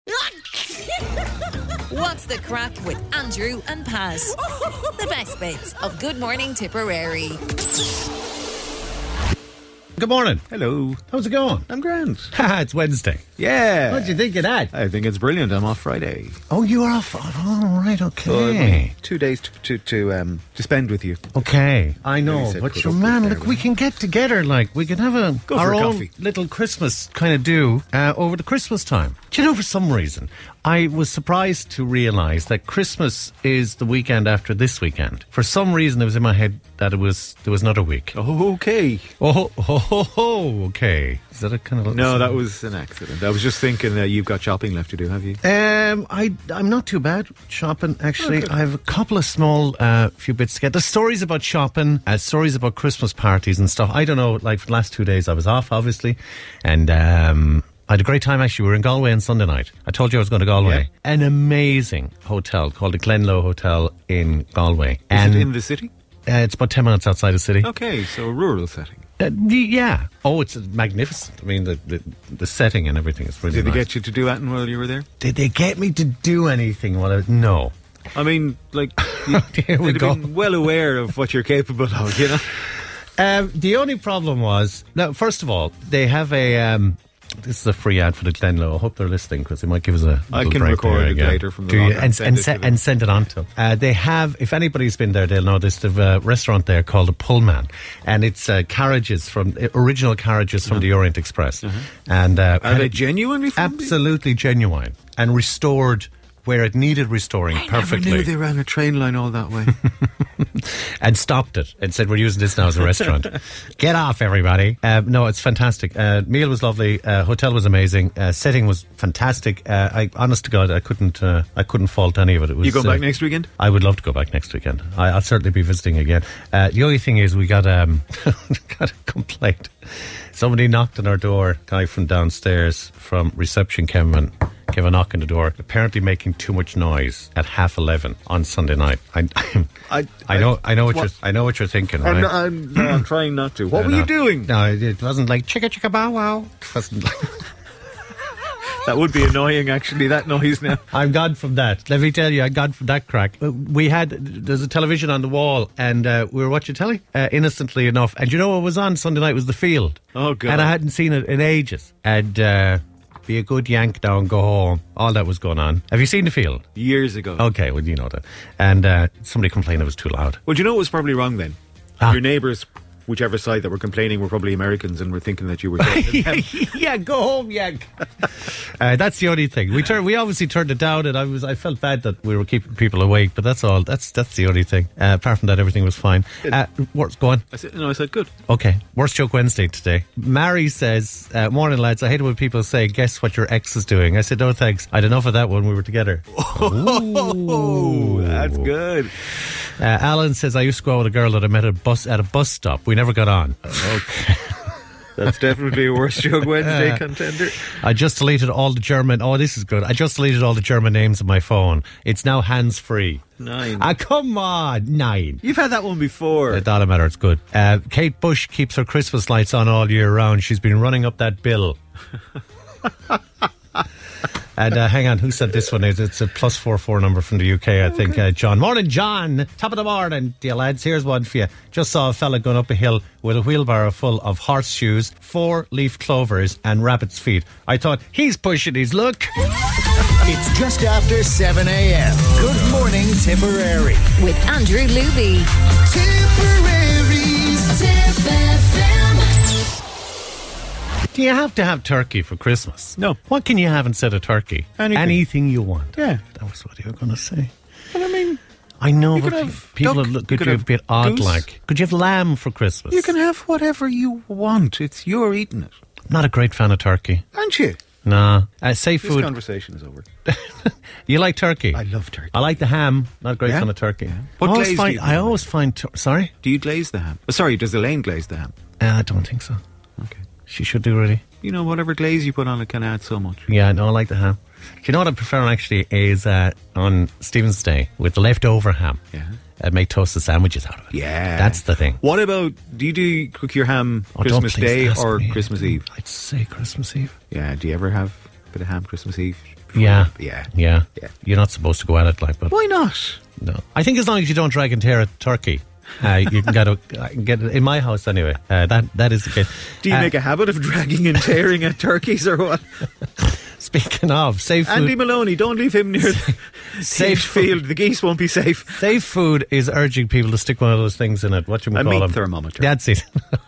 What's the crack with Andrew and Pat? The best bits of Good Morning Tipperary. Good morning. Hello. How's it going? I'm grand. Haha, it's Wednesday. Yeah. What do you think of that? I think it's brilliant. I'm off Friday. Oh, you are off. All right, So I've okay. got two days to to, to um to spend with you. Okay, I know, Really said but put your up with man, there, look, we man. can get together. Like, we can have a Go for our a own coffee. little Christmas kind of do uh, over the Christmas time. Do you know? For some reason, I was surprised to realise that Christmas is the weekend after this weekend. For some reason, it was in my head that it was there was another week. Oh, Okay. oh, oh, oh, oh, okay. Is that a kind of No, that was an accident. I was just thinking that you've got shopping left to do, have you? Um, I I'm not too bad shopping actually. I have a couple of small uh, few bits to get. There's stories about shopping, uh, stories about Christmas parties and stuff. I don't know. Like for the last two days, I was off obviously, and um, I had a great time actually. We were in Galway on Sunday night. I told you I was going to Galway. An amazing hotel called the Glenlow Hotel in Galway, Is and it in the city? uh, it's about ten minutes outside the city. Okay, so a rural setting. Uh, y- yeah. Oh, it's magnificent. I mean, the the, the setting and everything is really Did nice. they get you to do that while you were there? Did they get me to do anything? While I was, no. I mean, like, you, Here we they'd have go. been well aware of what you're capable of, you know? Um, the only problem was, no, first of all, they have a. Um, this is a free ad for the Glenlow. I hope they're listening because they might give us a. I little can break record there it again. later from the Do you- log and and, send and, it se- to them. and send it on to. 'em. Uh, they have, if anybody's been there, they'll know this. They've a restaurant there called the Pullman, and it's uh, carriages from uh, original carriages from the Orient Express, and uh, Uh-huh. Are they genuinely from the- absolutely genuine and restored where it needed restoring perfectly I knew they ran a train line all that way. and stopped it and said, "We're using this now as a restaurant. Get off, everybody!" Uh, no, it's fantastic. Uh, meal was lovely. Uh, hotel was amazing. Uh, setting was fantastic. Uh, I, honest to God, I couldn't. Uh, I couldn't fault any of it. it was, you going uh, back next weekend? I would love to go back next weekend. I, I'll certainly be visiting again. Uh, the only thing is, we got um, got a complaint. Somebody knocked on our door. Guy from downstairs, from reception, came and gave a knock on the door. Apparently, making too much noise at half eleven on Sunday night. I, I, I- know, I know what, uh, What? you're, I know what you're thinking. Right? I'm, not- I'm, no, I'm trying not to. What No, were you no. doing? No, it, it wasn't like chicka chicka bow wow. It wasn't like- That would be annoying, actually, that noise now. I'm gone from that. Let me tell you, I'm gone from that crack. Uh, We had there's a television on the wall, and uh, we were watching telly uh, innocently enough. And you know what was on Sunday night was the field. Oh, God. And I hadn't seen it in ages. And uh, be a good yank down, go home. All that was going on. Have you seen the field? Years ago. Okay, well you know that. And uh, somebody complained it was too loud. Well, do you know what was probably wrong then? Ah. Your neighbours, whichever side that were complaining, were probably Americans and were thinking that you were. talking to them. yeah, go home, yank. uh, that's the only thing. We turned. We obviously turned it down, and I was. I felt bad that we were keeping people awake, but that's all. That's that's the only thing. Uh, apart from that, everything was fine. Uh, what's going? I said, no, I said, good. Okay, worst joke Wednesday today. Mary says, uh, "Morning lads, I hate it when people say, guess what your ex is doing.' I said, no thanks. I had enough of that when we were together." Oh, that's good. Uh, Alan says, "I used to go out with a girl that I met at a bus at a bus stop. We never got on. That's definitely a worst joke Wednesday contender. I just deleted all the German. Oh, this is good. I just deleted all the German names on my phone. It's now hands free. Nine. Ah, come on, nine. You've had that one before. It doesn't matter. It's good. Uh, Kate Bush keeps her Christmas lights on all year round. She's been running up that bill. and uh, hang on, who said this one? It's, it's a plus four four number from the UK, I Oh, think. Uh, John, morning, John. Top of the morning, dear lads. Here's one for you. Just saw a fella going up a hill with a wheelbarrow full of horseshoes, four leaf clovers, and rabbit's feet. I thought he's pushing his luck. It's just after 7 a.m. Good morning, Tipperary. With Andrew Luby. Tipperary's Tip FM. Do you have to have turkey for Christmas? No. What can you have instead of turkey? Anything. you want. Yeah. That was what you were going to say. But I mean, I know, You but could pe- have people duck, are look you at could you a have bit odd. goose. Like, could you have lamb for Christmas? you can have whatever you want. It's you're eating it, Not a great fan of turkey. aren't you? Nah, uh, say This food. conversation is over. you like turkey? I love turkey. I like the ham. Not a great Yeah? fan of turkey. What I always glaze do find. you I put on always find. Tur- Sorry, Do you glaze the ham? Oh, sorry, does Elaine glaze the ham? uh, I don't think so. Okay. She should do really. You know, whatever glaze you put on it can add so much. Yeah, no, I like the ham. Do you know what I prefer actually is uh, on Stephen's Day with the leftover ham. Yeah. I make toasted sandwiches out of it. Yeah, That's the thing. What about do you do cook your ham Oh, don't Christmas please Day ask or me. Christmas Eve? I'd say Christmas Eve. Yeah, do you ever have a bit of ham Christmas Eve? Yeah. Yeah. Yeah. Yeah. You're not supposed to go at it like that. Why not? No. I think as long as you don't drag and tear a turkey, uh, you can get, a, I can get it in my house anyway. Uh, that that is the case. Do you Uh, make a habit of dragging and tearing at turkeys or what? Speaking of safe food, Andy Maloney, don't leave him near safe safe field. The geese won't be safe. Safe food is urging people to stick one of those things in it. What you A call meat them? thermometer. That's it.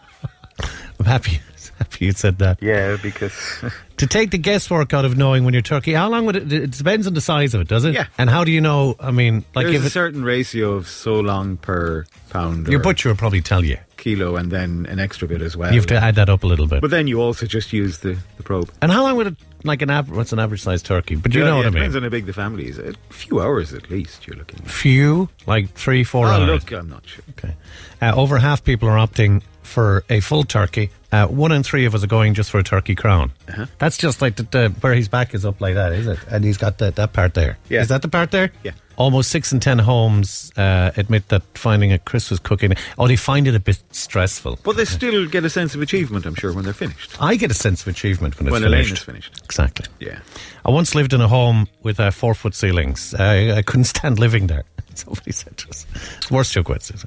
I'm happy. Happy you said that. Yeah, because To take the guesswork out of knowing when you're turkey, how long would it? It depends on the size of it, does it? Yeah. And how do you know? I mean, like there's if a it, certain ratio of so long per pound your or butcher will probably tell you. kilo, and then an extra bit as well. You have to add that up a little bit. but then you also just use the, the probe. and how long would it? Like an average, what's an average sized turkey? But you Yeah, know yeah, what I it mean. Depends on how big the family is. A few hours at least. You're looking. At. Few, like three, four Oh, hours. look, I'm not sure. Okay. Uh, over half people are opting for a full turkey. Uh, one in three of us are going just for a turkey crown. Uh-huh. That's just like the, the, where his back is up like that, is it? And he's got that that part there. Yeah. Is that the part there? Yeah. Almost six in ten homes uh, admit that finding a Christmas cooking, oh, they find it a bit stressful. But they still get a sense of achievement, I'm sure, when they're finished. I get a sense of achievement when it's when finished. Elaine is finished. Exactly. Yeah. I once lived in a home with uh, four foot ceilings. I, I couldn't stand living there. Somebody said to us. It's the worst joke what's it?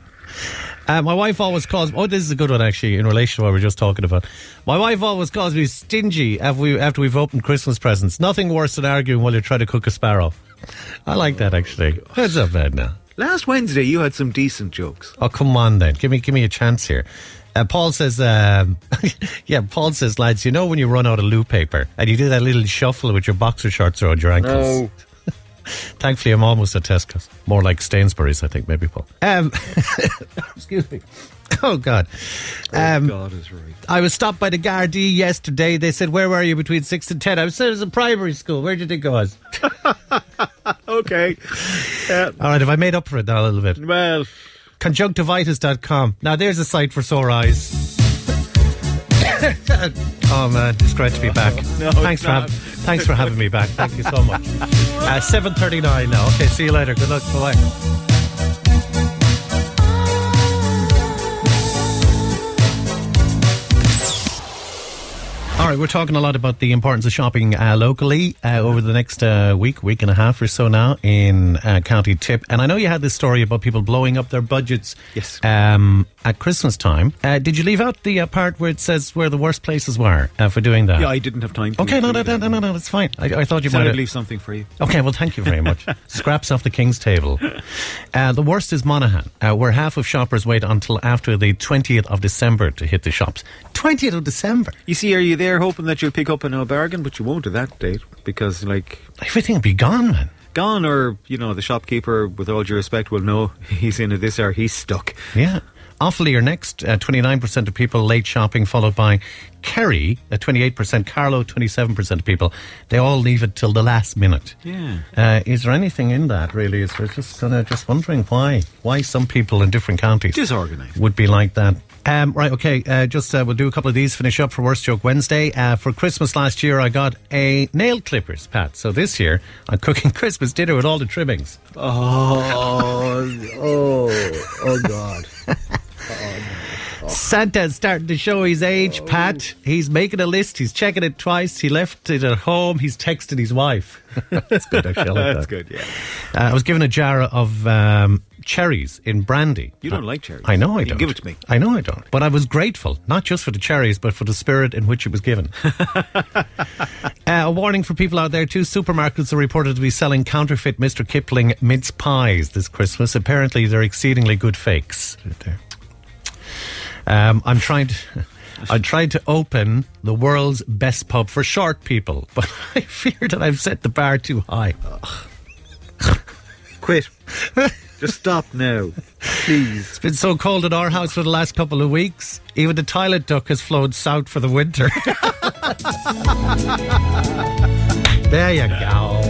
Uh, my wife always calls. Oh, this is a good one actually. In relation to what we were just talking about, my wife always calls me stingy after, we, after we've opened Christmas presents. Nothing worse than arguing while you're trying to cook a sparrow. I like that actually. That's not bad now. Last Wednesday, you had some decent jokes. Oh, come on then. Give me give me a chance here. Uh, Paul says, um, yeah, Paul says, lads, you know when you run out of loo paper and you do that little shuffle with your boxer shorts around your ankles? Thankfully, I'm almost at Tesco's. More like Stainsbury's, I think, maybe, Paul. Um, excuse me. Oh, God. Um, Oh, God is right. I was stopped by the Gardaí yesterday. They said, where were you between 6 and 10? I said, it was a primary school. Where did you think I was? Okay. Uh, All right, have I made up for it now a little bit? well, conjunctivitis.com. Now, there's a site for sore eyes. oh man, it's great to be back. No, it's thanks for not. having, thanks for having me back. Thank you so much. Uh, Seven thirty nine now. Okay, see you later. Good luck. Bye bye. All right, we're talking a lot about the importance of shopping uh, locally uh, over the next uh, week, week and a half or so now in uh, County Tip. And I know you had this story about people blowing up their budgets Yes. um, at Christmas time. Uh, did you leave out the uh, part where it says where the worst places were uh, for doing that? yeah, I didn't have time. To okay, no, no, include no, it. no, no, no, it's fine. I, I thought you Said might I'd have- leave something for you. Okay, well, thank you very much. Scraps off the king's table. Uh, the worst is Monaghan, uh, where half of shoppers wait until after the 20th of December to hit the shops. 20th of December? You see, are you there hoping that you'll pick up on a bargain, but you won't at that date because, like, Everything will be gone, man. gone or you know, the shopkeeper, with all due respect, will know he's in at this hour. He's stuck. Yeah. Offaly are next. Uh, 29% of people late shopping, followed by Kerry uh, at 28%, Carlow 27% of people. They all leave it till the last minute. Yeah. Uh, is there anything in that really? Is there just kind of just wondering why why some people in different counties Disorganised. would be like that? Um, right, okay. Uh, just uh, we'll do a couple of these. Finish up for worst joke Wednesday. Uh, for Christmas last year, I got a nail clippers, Pat. So this year, I'm cooking Christmas dinner with all the trimmings. Oh, oh, oh, God. Santa's starting to show his age, Pat. He's making a list. He's checking it twice. He left it at home. He's texting his wife. That's good, actually. I like that. That's good. Yeah. Uh, I was given a jar of um, cherries in brandy. You don't Uh, like cherries. I know I You don't. give it to me. I know I don't. But I was grateful, not just for the cherries, but for the spirit in which it was given. Uh, a warning for people out there too. Supermarkets are reported to be selling counterfeit Mr. Kipling mince pies this Christmas. Apparently, they're exceedingly good fakes. Right there. Um, I'm trying to. I'm trying to open the world's best pub for short people, but I fear that I've set the bar too high. Quit. Just stop now, please. It's been so cold at our house for the last couple of weeks. Even the toilet duck has flown south for the winter. there you go.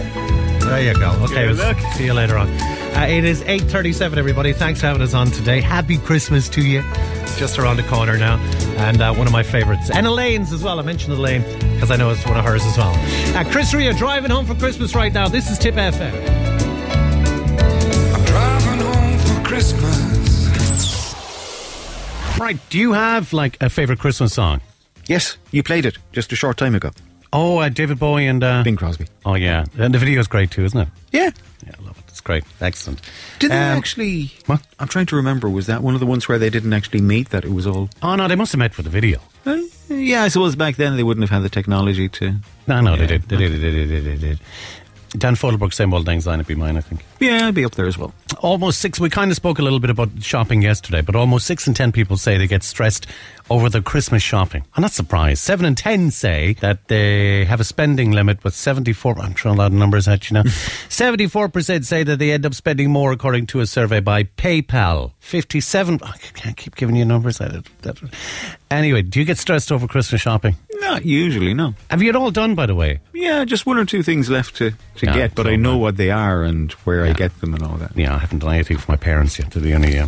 There you go. Okay, Good we'll luck. see you later on. Uh, it is 8.37, everybody. Thanks for having us on today. Happy Christmas to you. It's Just around the corner now. And uh, one of my favourites. And Elaine's as well. I mentioned Elaine because I know it's one of hers as well. Uh, Chris Rea driving home for Christmas right now. This is Tip FM. Driving home for Christmas. Right, do you have like a favourite Christmas song? Yes, you played it just a short time ago. Oh, uh, David Bowie and. Uh, Bing Crosby. oh, yeah. And the video's great too, isn't it? Yeah. Yeah, I love it. It's great. Excellent. Did they Um, actually? what? I'm trying to remember. Was that one of the ones where they didn't actually meet? That it was all. Oh, no, they must have met for the video. Uh, yeah, I suppose back then they wouldn't have had the technology to. No, no, they Yeah. did. They did, they did, they did, they did. Dan Fodelberg, same old anxiety be mine, I think. Yeah, I'd be up there as well. Almost six, we kind of spoke a little bit about shopping yesterday, but almost six in ten people say they get stressed over their Christmas shopping. I'm not surprised. Seven in ten say that they have a spending limit, but 74, I'm throwing a lot of numbers at you now. 74% say that they end up spending more, according to a survey by PayPal. 57, I can't keep giving you numbers. I- that- Anyway, do you get stressed over Christmas shopping? Not usually, no. Have you it all done, by the way? Yeah, just one or two things left to, to Yeah, get, but so I know bad. what they are and where I Yeah. get them and all that. Yeah, I haven't done anything for my parents yet. They're the only, uh,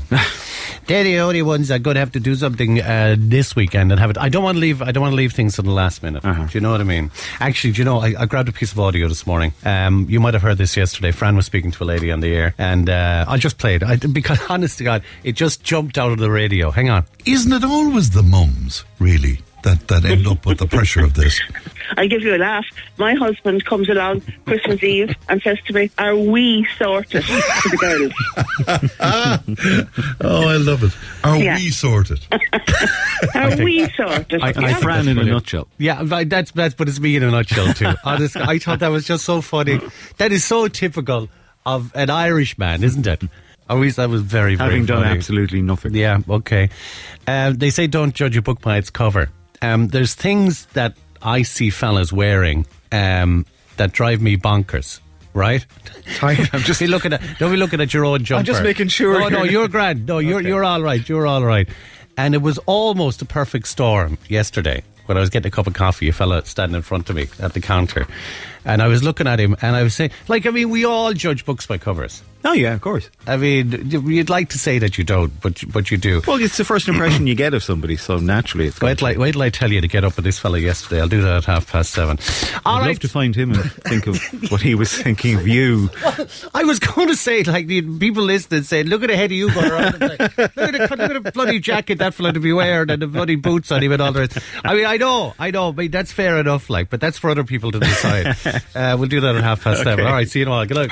they're the only ones that going to have to do something uh, this weekend and have it. I don't want to leave. I don't want to leave things to the last minute. Uh-huh. Do you know what I mean? Actually, do you know? I, I grabbed a piece of audio this morning. Um, you might have heard this yesterday. Fran was speaking to a lady on the air, and uh, I just played. I because honest to God, it just jumped out of the radio. Hang on. Isn't it always the mums, really, that, that end up with the pressure of this? I'll give you a laugh. My husband comes along Christmas Eve and says to me, Are we sorted to the girls? Oh, I love it. Are Yeah. we sorted? Are we sorted? I- I- Yeah. Fran Fran in a in a nutshell. Yeah, but that's that's but it's me in a nutshell too. Honest, I thought that was just so funny. That is so typical of an Irish man, isn't it? At least that was very, very Having done funny. absolutely nothing. Yeah, okay. Um, they say don't judge a book by its cover. Um, there's things that I see fellas wearing um, that drive me bonkers. Right? I'm just- be looking at don't be looking at your own jumper. just making sure No, no, you're- you're grand. No, you're you're all right. You're all right. And it was almost a perfect storm yesterday when I was getting a cup of coffee. A fella standing in front of me at the counter, and I was looking at him, and I was saying, like, I mean, we all judge books by covers. Oh, yeah, of course. I mean, you'd like to say that you don't, but but you do. Well, it's the first impression you get of somebody, so naturally it's going Wait till, I, wait till I tell you to get up with this fella yesterday. I'll do that at half past seven. All I'd right. love to find him and think of what he was thinking of you. I was going to say, like, the people listening saying, look at the head of you going around. It's like, look, at the, look at the bloody jacket that fella to be wearing and the bloody boots on him and all the rest. I mean, I know, I know. I mean, that's fair enough, like, but that's for other people to decide. uh, we'll do that at half past seven. All right, see you in a while. Good luck.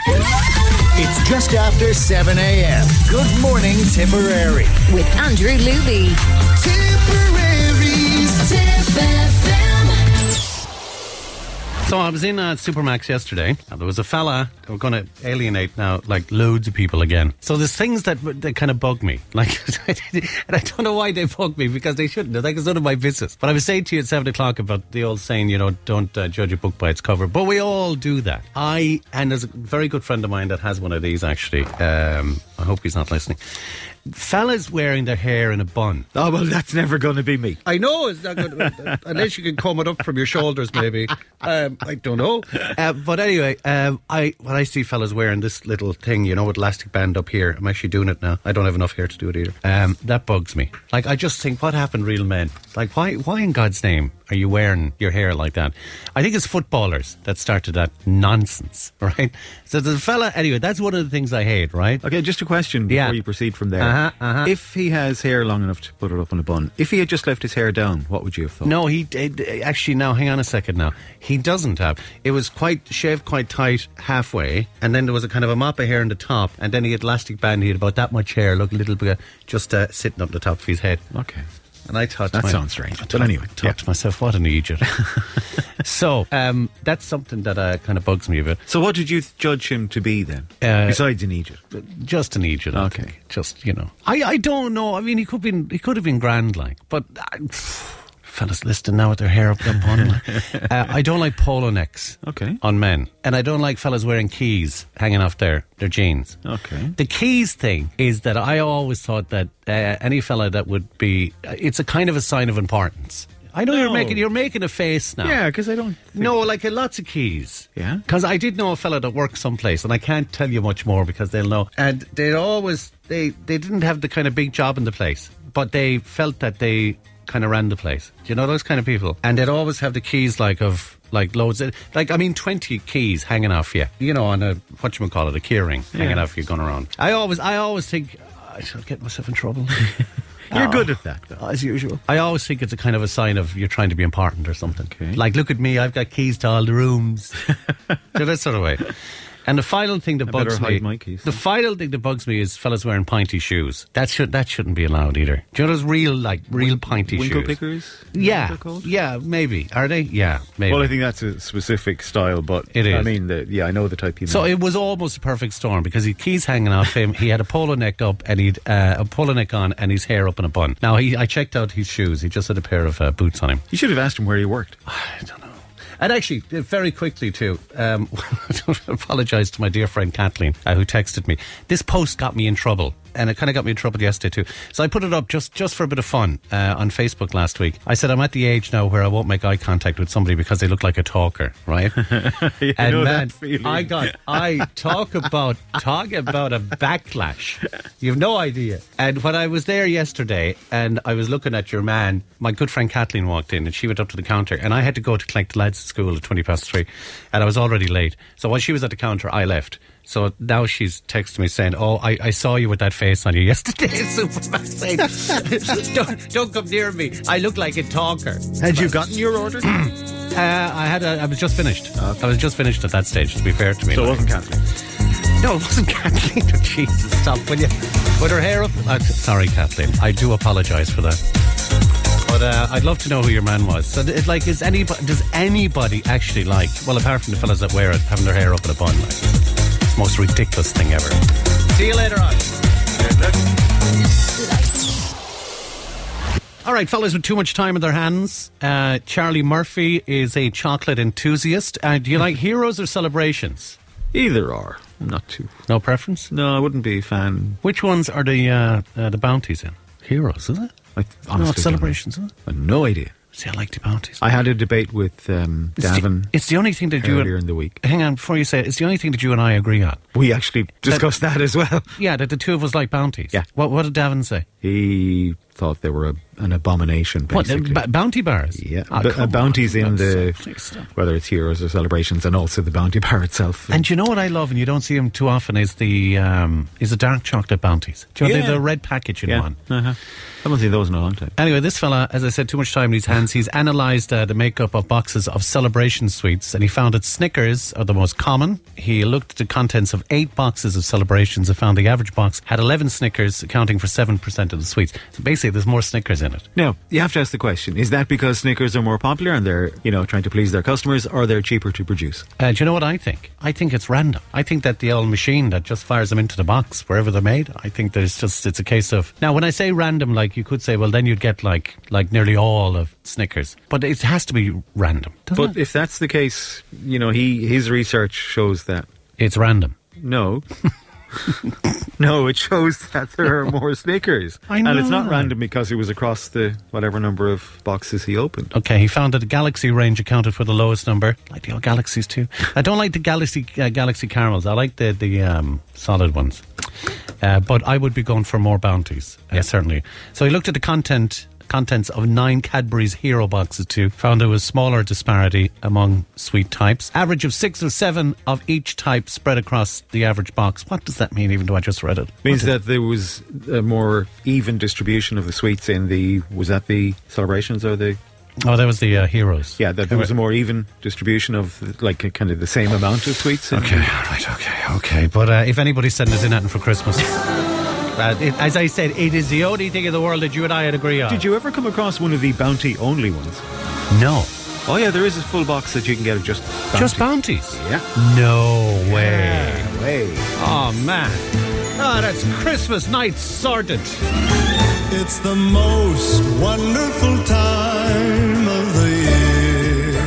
It's just after 7 a.m. Good morning, Tipperary. With Andrew Luby. Tipperary's Tip FM. So I was in uh, Supermax yesterday. And there was a fella that we're going to alienate now, like loads of people again. So there's things that that kind of bug me, like, and I don't know why they bug me because they shouldn't. Like it's none of my business. But I was saying to you at seven o'clock about the old saying, you know, don't uh, judge a book by its cover. But we all do that. I and there's a very good friend of mine that has one of these actually. Um, I hope he's not listening. Fellas wearing their hair in a bun. Oh, well, that's never going to be me. I know it's not going to, unless you can comb it up from your shoulders, maybe. Um, I don't know. Uh, but anyway, um, I when I see fellas wearing this little thing, you know, with elastic band up here, I'm actually doing it now. I don't have enough hair to do it either. Um, that bugs me. Like, I just think, what happened, to real men? Like, why, why in God's name are you wearing your hair like that? I think it's footballers that started that nonsense, right? So the fella, anyway, that's one of the things I hate, right? Okay, just a question before Yeah. you proceed from there. Uh-huh, uh-huh. If he has hair long enough to put it up on a bun, if he had just left his hair down, what would you have thought? No, he did. Actually, now hang on a second. Now he doesn't have. It was quite shaved quite tight halfway, and then there was a kind of a mop of hair in the top, and then he had elastic band. He had about that much hair, look a little bit just uh, sitting up the top of his head. Okay. And I thought to That my- sounds strange, I but thought- anyway, I thought yeah. to myself, what an idiot. so um, that's something that uh, kind of bugs me a bit. So, what did you th- judge him to be then? Uh, Besides in Egypt, just an Egypt. I Okay. think. just you know, I, I don't know. I mean, he could been he could have been grand like, but I, fellas listening now with their hair up their bun. like. uh, I don't like polo necks. Okay. on men, and I don't like fellas wearing keys hanging off their their jeans. Okay. the keys thing is that I always thought that uh, any fella that would be uh, it's a kind of a sign of importance. I know you're No. making you're making a face now. yeah, because I don't. think- No, like uh, lots of keys. Yeah? Because I did know a fella that worked someplace, and I can't tell you much more because they'll know. And they always they they didn't have the kind of big job in the place, but they felt that they kind of ran the place. You know those kind of people, and they'd always have the keys like of. Like loads, of, like I mean, twenty keys hanging off you, you know, on a what you call it, a key ring hanging Yeah. off you, going around. I always, I always think I shall get myself in trouble. Oh. You're good at that. Though. As usual. I always think it's a kind of a sign of you're trying to be important or something. Okay. Like, look at me, I've got keys to all the rooms. so that sort of way. And the final thing that I better bugs me, hide my keys. the final thing that bugs me is fellas wearing pinty shoes. That should that shouldn't be allowed either. Do you know those real like real pinty Winkle shoes? pickers? is that what Yeah, they're called? yeah, maybe are they? Yeah, maybe. Well, I think that's a specific style, but It I is. mean, the, yeah, I know the type you So mean. it was almost a perfect storm because he keys hanging off him. He had a polo neck up and he'd uh, a polo neck on and his hair up in a bun. Now he, I checked out his shoes. He just had a pair of uh, boots on him. you should have asked him where he worked. I don't know. And actually, uh, very quickly too, um, I apologise to my dear friend Kathleen uh, who texted me. This post got me in trouble, and it kind of got me in trouble yesterday too. So I put it up just just for a bit of fun uh, on Facebook last week. I said I'm at the age now where I won't make eye contact with somebody because they look like a talker, right? You and know man, that feeling. I got I talk about talk about a backlash. You've no idea. And when I was there yesterday, and I was looking at your man, my good friend Kathleen walked in, and she went up to the counter, and I had to go to collect the lads at school at twenty past three, and I was already late. So while she was at the counter, I left. So now she's texting me saying, "Oh, I, I saw you with that face on you yesterday at Supermassive. don't don't come near me. I look like a talker." Had you gotten your order? Uh, I had a, I was just finished. I was just finished at that stage. To be fair to me, So it Like- wasn't Kathleen. no, it wasn't Kathleen. Jesus, stop, will you? Put her hair up. Uh, sorry, Kathleen. I do apologise for that. But uh, I'd love to know who your man was. So, it, like, is anybody, does anybody actually like, well, apart from the fellas that wear it, having their hair up in a bun? Like, it's the most ridiculous thing ever. See you later on. All right, fellas with too much time on their hands. Uh, Charlie Murphy is a chocolate enthusiast. Uh, do you like heroes or celebrations? Either or. I'm not too. No preference? No, I wouldn't be a fan. Which ones are the uh, uh, the bounties in? Heroes, is it? I honestly no, don't it's know. celebrations, is it? I've no idea. See, I like the bounties. I had a debate with um, it's, Davin the, it's the only thing that you earlier in the week. Hang on, before you say it, it's the only thing that you and I agree on. We actually discussed that as well. Yeah, that the two of us like bounties. Yeah. What, what did Davin say? He thought they were a, an abomination, What, basically. b- bounty bars? yeah, Ah, but, come uh, on. bounties in That's- the please stop. whether it's heroes or celebrations, and also the bounty bar itself. And you know what I love, and you don't see them too often, is the um, is the dark chocolate bounties. Do you know, Yeah. the, the red package in one. uh-huh. I haven't seen those in a long time. Anyway, this fella, as I said, too much time in his hands. He's analysed uh, the makeup of boxes of celebration sweets, and he found that Snickers are the most common. He looked at the contents of eight boxes of celebrations and found the average box had 11 Snickers, accounting for 7% of the sweets. So basically, there's more Snickers in it. Now you have to ask the question: Is that because Snickers are more popular and they're you know trying to please their customers, or they're cheaper to produce? Uh, do you know what I think? I think it's random. I think that the old machine that just fires them into the box wherever they're made. I think there's just it's a case of now. When I say random, like you could say, well, then you'd get like like nearly all of Snickers, but it has to be random, doesn't But it? if that's the case, you know he his research shows that It's random. No. no, it shows that there are more Snickers. I And it's not know. random because it was across the whatever number of boxes he opened. Okay, he found that the Galaxy range accounted for the lowest number. Like the old Galaxies too. I don't like the Galaxy uh, Galaxy caramels. I like the the um, solid ones. Uh, but I would be going for more bounties, uh, certainly. So he looked at the content contents of nine Cadbury's Hero boxes too. Found there was smaller disparity among sweet types. Average of six or seven of each type spread across the average box. What does that mean? Even though I just read it, Means that there was a more even distribution of the sweets in the was that the celebrations or the oh, that was the uh, heroes. yeah that there was a more even distribution of like kind of the same amount of sweets. in- Okay, all right, okay, okay. But uh, if anybody's sending us in anything for Christmas, uh, it, as I said, it is the only thing in the world that you and I would agree on. Did you ever come across one of the bounty only ones? No. Oh yeah, there is a full box that you can get of just bounty. Just bounties? yeah. No way. Way. Oh, man. Oh, that's Christmas night sorted. It's the most wonderful time of the year.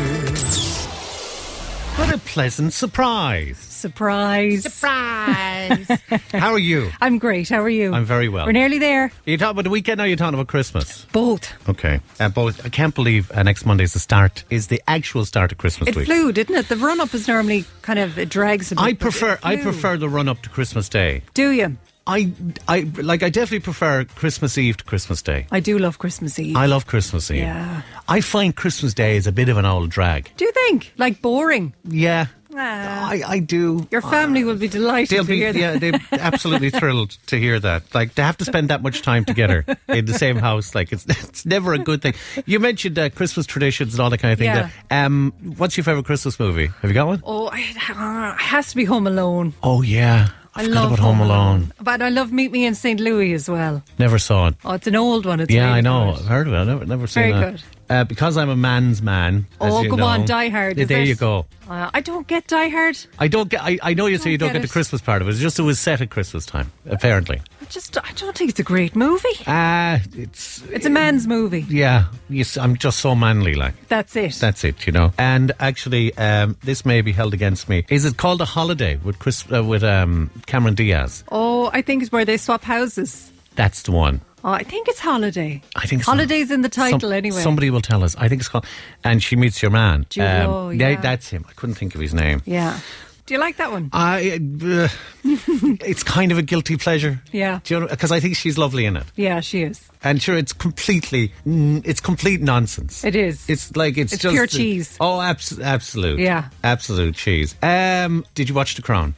What a pleasant surprise. Surprise. Surprise. How are you? I'm great. How are you? I'm very well. We're nearly there. Are you talking about the weekend or are you talking about Christmas? Both. Okay. Uh, both. I can't believe uh, next Monday's the start, is the actual start of Christmas It week. flew, didn't it? The run up is normally kind of it drags a bit. I but it prefer I flew. prefer the run up to Christmas Day. Do you? I, I like. I definitely prefer Christmas Eve to Christmas Day. I do love Christmas Eve. I love Christmas Eve. Yeah. I find Christmas Day is a bit of an old drag. do you think? Like boring. Yeah. I, I do. Your family will be delighted Uh, They'll to be hear that. yeah, they're absolutely thrilled to hear that. Like to have to spend that much time together in the same house, like it's it's never a good thing. You mentioned uh, Christmas traditions and all that kind of thing. Yeah. There. Um, what's your favorite Christmas movie? Have you got one? Oh, it has to be Home Alone. Oh yeah, I, I forgot love about Home Alone. But I love Meet Me in St. Louis as well. Never saw it. Oh, it's an old one. It's yeah, really I know. good. I've heard of it. I've never, never seen Very that. good. Uh, because I'm a man's man. as Oh, you come on, know. Die Hard. Yeah, is there it? you go. Uh, I don't get Die Hard. I don't get. I, I know you say you don't Don't get, get the it. Christmas part of it. It's just it was set at Christmas time, apparently. I just, I don't think it's a great movie. Ah, it's It's a man's movie. yeah. Yes, I'm just so manly, like That's it. that's it, you know. And actually, um, this may be held against me. Is it called a holiday with Chris uh, with um, Cameron Diaz? oh, I think it's where they swap houses. That's the one. Oh, I think it's Holiday. I think so. Holiday's in the title Some- anyway. Somebody will tell us. I think it's called. And she meets your man. Jude Law, they- yeah. that's him. I couldn't think of his name. Yeah. Do you like that one? I, uh, it's kind of a guilty pleasure. Yeah. Do you know? Because I think she's lovely in it, yeah, she is. and sure, it's completely, mm, it's complete nonsense. It is. It's like it's, It's just pure cheese. Oh, abs- absolute. Yeah. absolute cheese. Um, did you watch The Crown?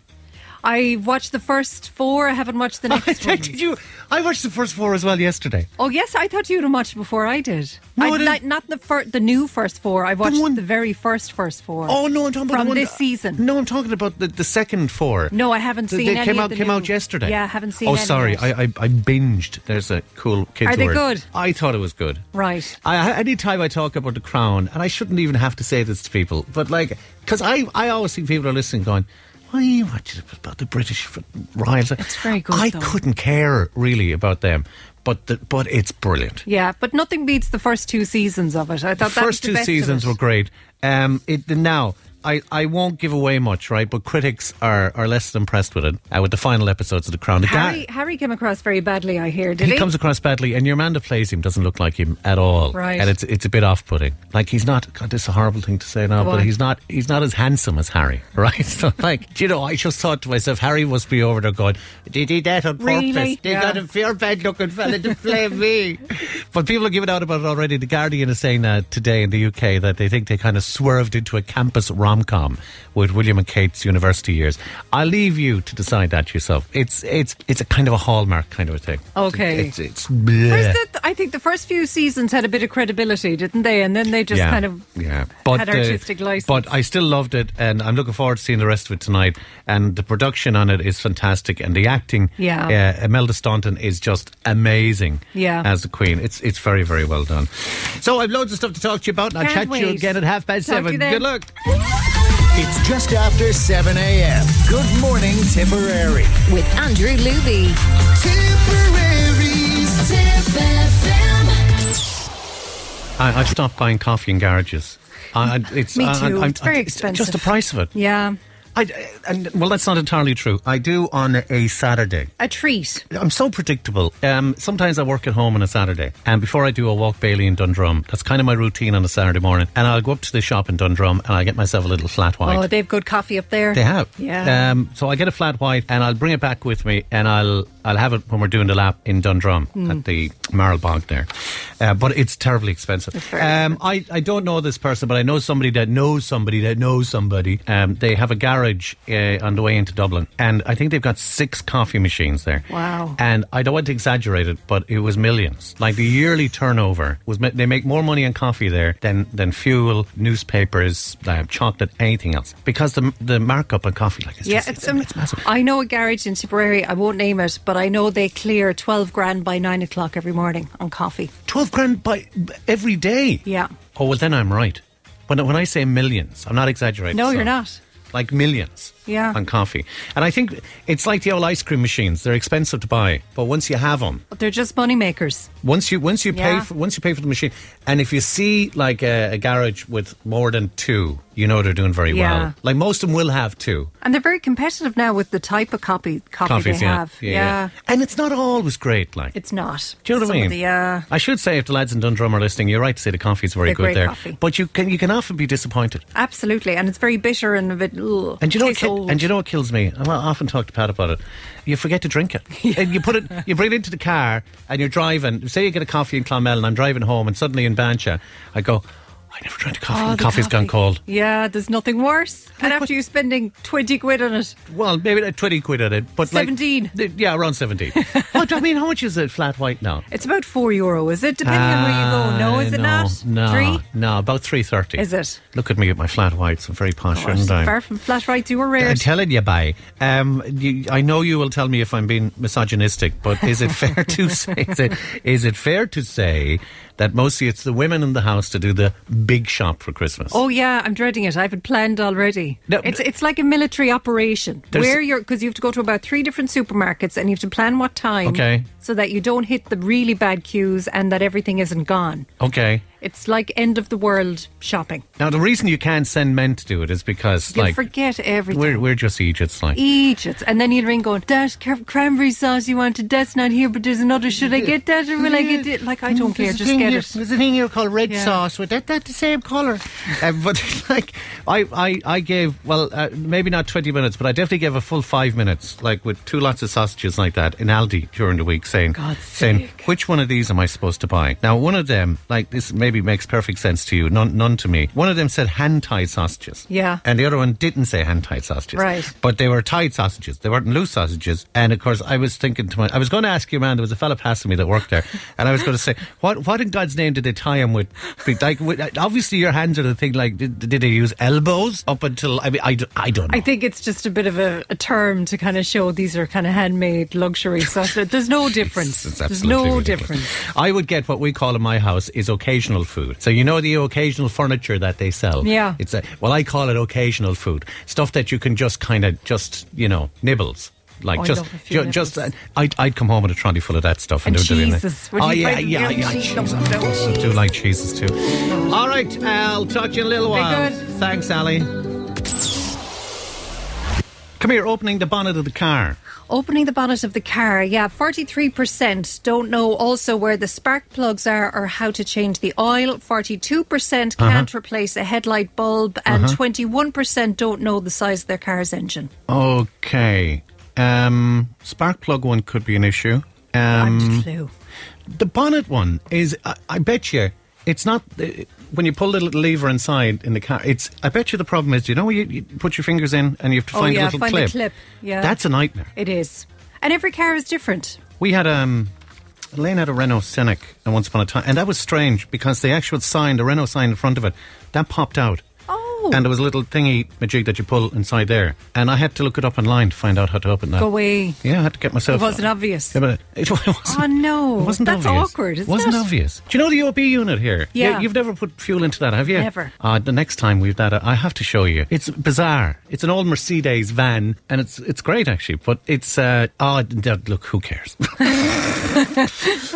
I watched the first four. I haven't watched the next one. did you? I watched the first four as well yesterday. Oh yes, I thought you'd have watched before I did. No, I I, didn't. not, not the fir- the new first four. I watched the, one- very first first four. Oh no, I'm talking about from the one, this season. No, I'm talking about the, the second four. No, I haven't Th- seen They any came of out the came new- out yesterday. Yeah, I haven't seen Oh, any sorry, yet. I, I I binged. There's a cool kids Are they word. good? I thought it was good. Right. I, any time I talk about the crown, and I shouldn't even have to say this to people, but like, because I I always think people are listening going. Why are you watching about the British f- royals? It's very good, I though. couldn't care really about them, but the, but it's brilliant. Yeah, but nothing beats the first two seasons of it. I thought that was first the two best of seasons it. were great. Um, it now I, I won't give away much, right? But critics are, are less than impressed with it uh, with the final episodes of The Crown. The guy- Harry Harry came across very badly. I hear. Did he he? comes across badly, and your man that plays him doesn't look like him at all. Right. and it's it's a bit off putting. Like he's not. God, this is a horrible thing to say now, Go but on. he's not. He's not as handsome as Harry, right? so like, do you know, I just thought to myself, Harry must be over there going, "They did that on Really? purpose. They Yeah. got a fair bad looking fella to play me." But people are giving out about it already. The Guardian is saying uh, today in the UK that they think they kind of swerved into a campus rom com with William and Kate's university years. I'll leave you to decide that yourself. It's it's it's a kind of a hallmark kind of a thing. Okay. It's it's. bleh. First, that- I think the first few seasons had a bit of credibility, didn't they? And then they just kind of yeah. uh, had artistic license. But I still loved it, and I'm looking forward to seeing the rest of it tonight. And the production on it is fantastic, and the acting, Yeah. uh, Imelda Staunton is just amazing, Yeah. as the Queen. It's it's very very well done. So I've loads of stuff to talk to you about, and I'll chat Can't to you wait. again at half past Talk to seven. you then. Good luck. It's just after 7 a.m. Good morning, Tipperary. with Andrew Luby. Tipperary's Tip FM. I, I've stopped buying coffee in garages. I, I- it's, Me I- too. I- I- It's very Just expensive. the price of it. yeah, I, and, well, that's not entirely true. I do on a Saturday. a treat. I'm so predictable. Um, sometimes I work at home on a Saturday, and before I do, I walk Bailey in Dundrum. That's kind of my routine on a Saturday morning. And I'll go up to the shop in Dundrum, and I get myself a little flat white. Oh, they've good coffee up there. They have. Yeah. Um, so I get a flat white, and I'll bring it back with me, and I'll I'll have it when we're doing the lap in Dundrum Hmm. at the Marlbog there. Uh, but it's terribly expensive. very um, I I don't know this person, but I know somebody that knows somebody that knows somebody. Um, they have a garage uh, on the way into Dublin, and I think they've got six coffee machines there. Wow. And I don't want to exaggerate it, but it was millions. Like the yearly turnover was ma- they make more money on coffee there than than fuel, newspapers, uh, chocolate, anything else because the the markup on coffee like it's Yeah, just, it's, it's, um, it's massive. I know a garage in Tipperary. I won't name it, but I know they clear twelve grand by nine o'clock every morning on coffee. Twelve grand by every day. Yeah. Oh well, then I'm right. When when I say millions, I'm not exaggerating. No, so- you're not. Like millions. Yeah. On coffee, and I think it's like the old ice cream machines. They're expensive to buy, but once you have them, But they're just moneymakers. Once you once you pay Yeah. for, once you pay for the machine, and if you see like a, a garage with more than two, you know they're doing very Yeah. well. Like most of them will have two And they're very competitive now with the type of coffee, coffee coffees. they yeah. have. Yeah, yeah. and it's not always great. Like, It's not. do you know what Some I of mean? The, uh, I should say if the lads in Dundrum are listening, you're right to say the coffee's very They're good great there, coffee. but you can you can often be disappointed. absolutely. And it's very bitter and a bit. Ugh, And do you know, what tastes ki- old. and do you know what kills me? I often talk to Pat about it. You forget to drink it, and you put it, you bring it into the car, and you're driving. Say you get a coffee in Clonmel, and I'm driving home, and suddenly in Bancha, I go, I never drank coffee. Oh, and the coffee's gone coffee. cold. Yeah, there's nothing worse. And after you spending 20 quid on it, Well, maybe like 20 quid at it, but like- 17. Th- yeah, around 17. what, I mean, how much is a flat white now? it's about 4 euro, is it? Depending on where you go. No, is Ah, it no, not? No, 3? no, about 3.30. Is it? Oh, Look at me at my flat whites. I'm very posh, Gosh, aren't I? Far from flat rights, you were I'm rare. telling you, bye. Um, you, I know you will tell me if I'm being misogynistic, but is it fair to say is it, is it fair to say that mostly it's the women in the house to do the big shop for Christmas? Oh yeah, I'm dreading it. I have it planned already. No, it's but- it's like a military operation There's- where you're because you have to go to about three different supermarkets and you have to plan what time, Okay. so that you don't hit the really bad queues and that everything isn't gone. Okay. It's like end of the world shopping. Now the reason you can't send men to do it is because You like forget everything. we're we're just Egypts, E like. Egypt, and then you'd ring going, "That cr- cranberry sauce you wanted, that's not here, but there's another. Should I get that or will I get it?" Like I don't care, just get it. a thing here called red Yeah. sauce. With that, that the same color. Uh, but like, I, I, I gave well, uh, maybe not twenty minutes, but I definitely gave a full five minutes, like with two lots of sausages like that in Aldi during the week, saying, God's saying, sake. which one of these am I supposed to buy? Now, one of them, like this, maybe makes perfect sense to you, none, none to me. One of them said hand tied sausages, Yeah. and the other one didn't say hand tied sausages, Right. But they were tied sausages. They weren't loose sausages. And of course, I was thinking to my, I was going to ask you around. There was a fella passing me that worked there, and I was going to say, what, what in God's name did they tie him with? Be- Like, with- obviously, your hands are the thing. Like, did, did they use elbows up until? I mean, I, d- I don't know. I think it's just a bit of a, a term to kind of show these are kind of handmade luxury stuff. There's no difference. It's There's absolutely no ridiculous. difference. I would get what we call in my house is occasional food. So you know the occasional furniture that they sell. Yeah. It's a, well, I call it occasional food stuff that you can just kind of just you know nibbles. Like Oh, I just, love a few ju- just, uh, nibbles. I'd, I'd come home with a trolley full of that stuff And do it in there. cheeses. Would you Oh yeah, find yeah, them yeah. cheese cheese. dumplings? I do like cheeses too. All right, I'll talk to you in a little Very while. good. Thanks, Ali. Come here, opening the bonnet of the car. Opening the bonnet of the car, yeah, 43% don't know also where the spark plugs are or how to change the oil. 42% percent Uh-huh. can't replace a headlight bulb, and 21% don't know the size of their car's engine. Okay. Um, spark plug one could be an issue. Not Um, a clue. the bonnet one is, I, I bet you, it's not. Uh, when you pull the little lever inside in the car, it's. I bet you the problem is, you know, where you, you put your fingers in and you have to Oh, find yeah, a little find the clip. clip, yeah. That's a nightmare. It is. And every car is different. We had um, Elaine had a Renault Scenic and once upon a time, and that was strange because the actual sign, the Renault sign in front of it, that popped out. Oh. And there was a little thingy majig that you pull inside there, and I had to look it up online to find out how to open that. Go away. Yeah, I had to get myself. It wasn't obvious. Yeah, but it wa- it wasn't, Oh, no. it wasn't That's obvious. awkward, isn't wasn't it? obvious. Do you know the OB unit here? You- Yeah. you've never put fuel into that, have you? Never. Uh, the next time we've that, I have to show you. It's bizarre. It's an old Mercedes van, and it's it's great actually, but it's uh, oh, d- look, who cares?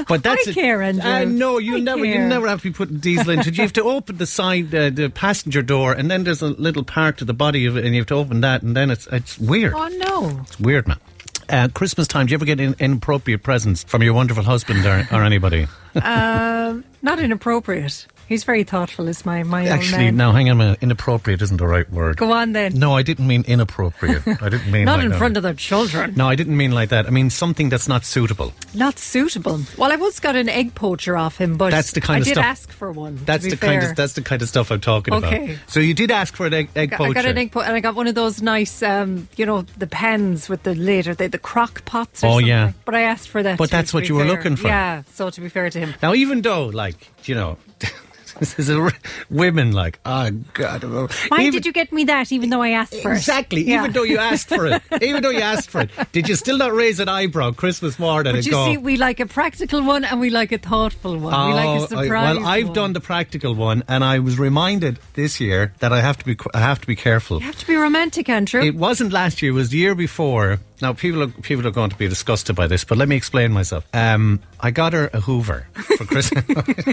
but that's I it. care, Andrew. Uh, no, you I never, you care. never have to be putting diesel into. it. You have to open the side, uh, the passenger door, and then there's a little part to the body of it, and you have to open that, and then it's it's weird. Oh, no. It's weird, man. Uh, Christmas time, do you ever get in- inappropriate presents from your wonderful husband or, or anybody? Not inappropriate. He's very thoughtful, is my, my old Actually, man. no, hang on a minute. Inappropriate isn't the right word. Go on then. No, I didn't mean inappropriate. I didn't mean Not like in that. front of their children. No, I didn't mean like that. I mean something that's not suitable. Not suitable. Well, I once got an egg poacher off him, but That's the kind I of did stuff- ask for one. to That's be the kind fair. of that's the kind of stuff I'm talking Okay. about. So you did ask for an egg, egg I got- poacher. I got an egg poacher, and I got one of those nice, um, you know, the pans with the lid or the, the crock pots. Or Oh, something. yeah. But I asked for that. But too, that's to what be you were fair. looking for. Yeah. So to be fair to him, Now, even though, like you know, this is a r women like oh god. why even, did you get me that? Even though I asked for Exactly. it. Yeah. Even though you asked for it, even though you asked for it, did you still not raise an eyebrow Christmas morning But and you go? see, we like a practical one and we like a thoughtful one. we like "Oh, a I- surprise. well, I've one. done the practical one, and I was reminded this year that I have to be qu- I have to be careful. You have to be romantic, Andrew. It wasn't last year; it was the year before. Now, people are people are going to be disgusted by this, but let me explain myself. Um, I got her a Hoover for Christmas.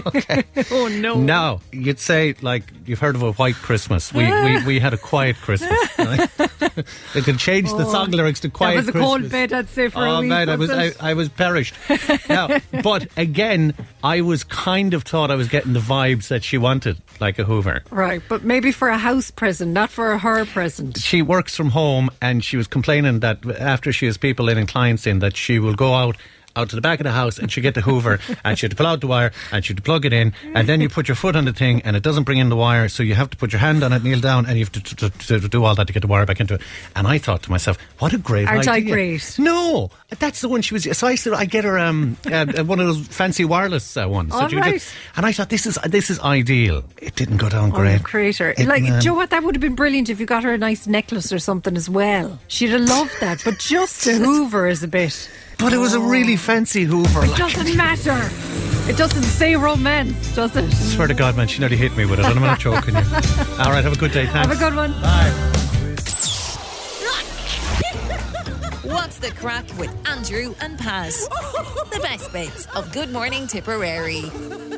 oh no. Now, you'd say, like, you've heard of a white Christmas. We, we, we had a quiet Christmas. right? they could change the song lyrics to Oh. That quiet was a Christmas. cold bed, I'd say, for a oh, week. man, I was, I, it? I was perished. now, but again, I was kind of thought I was getting the vibes that she wanted, like a Hoover. Right, but maybe for a house present, not for a her present. She works from home and she was complaining that after she has people in and clients in, that she will go out out to the back of the house and she'd get the hoover and she'd pull out the wire and she'd plug it in and then you put your foot on the thing and it doesn't bring in the wire so you have to put your hand on it kneel down and you have to, to, to, to do all that to get the wire back into it and I thought to myself what a great Aren't I idea great? no that's the one she was so I said I get her um, uh, uh, one of those fancy wireless uh, ones All that you get. right. and I thought this is this is ideal it didn't go down great Oh, creator. It, like, um, do you know what? That would have been brilliant if you got her a nice necklace or something as well. She'd have loved that, but just to Hoover is a bit. but it was a really fancy hoover like- Doesn't matter. It doesn't say romance, does it? swear to God, man, she nearly hit me with it, and I'm not joking you. All right, have a good day. Thanks. Have a good one. What's the crack with Andrew and Pat? The best bits of Good Morning Tipperary.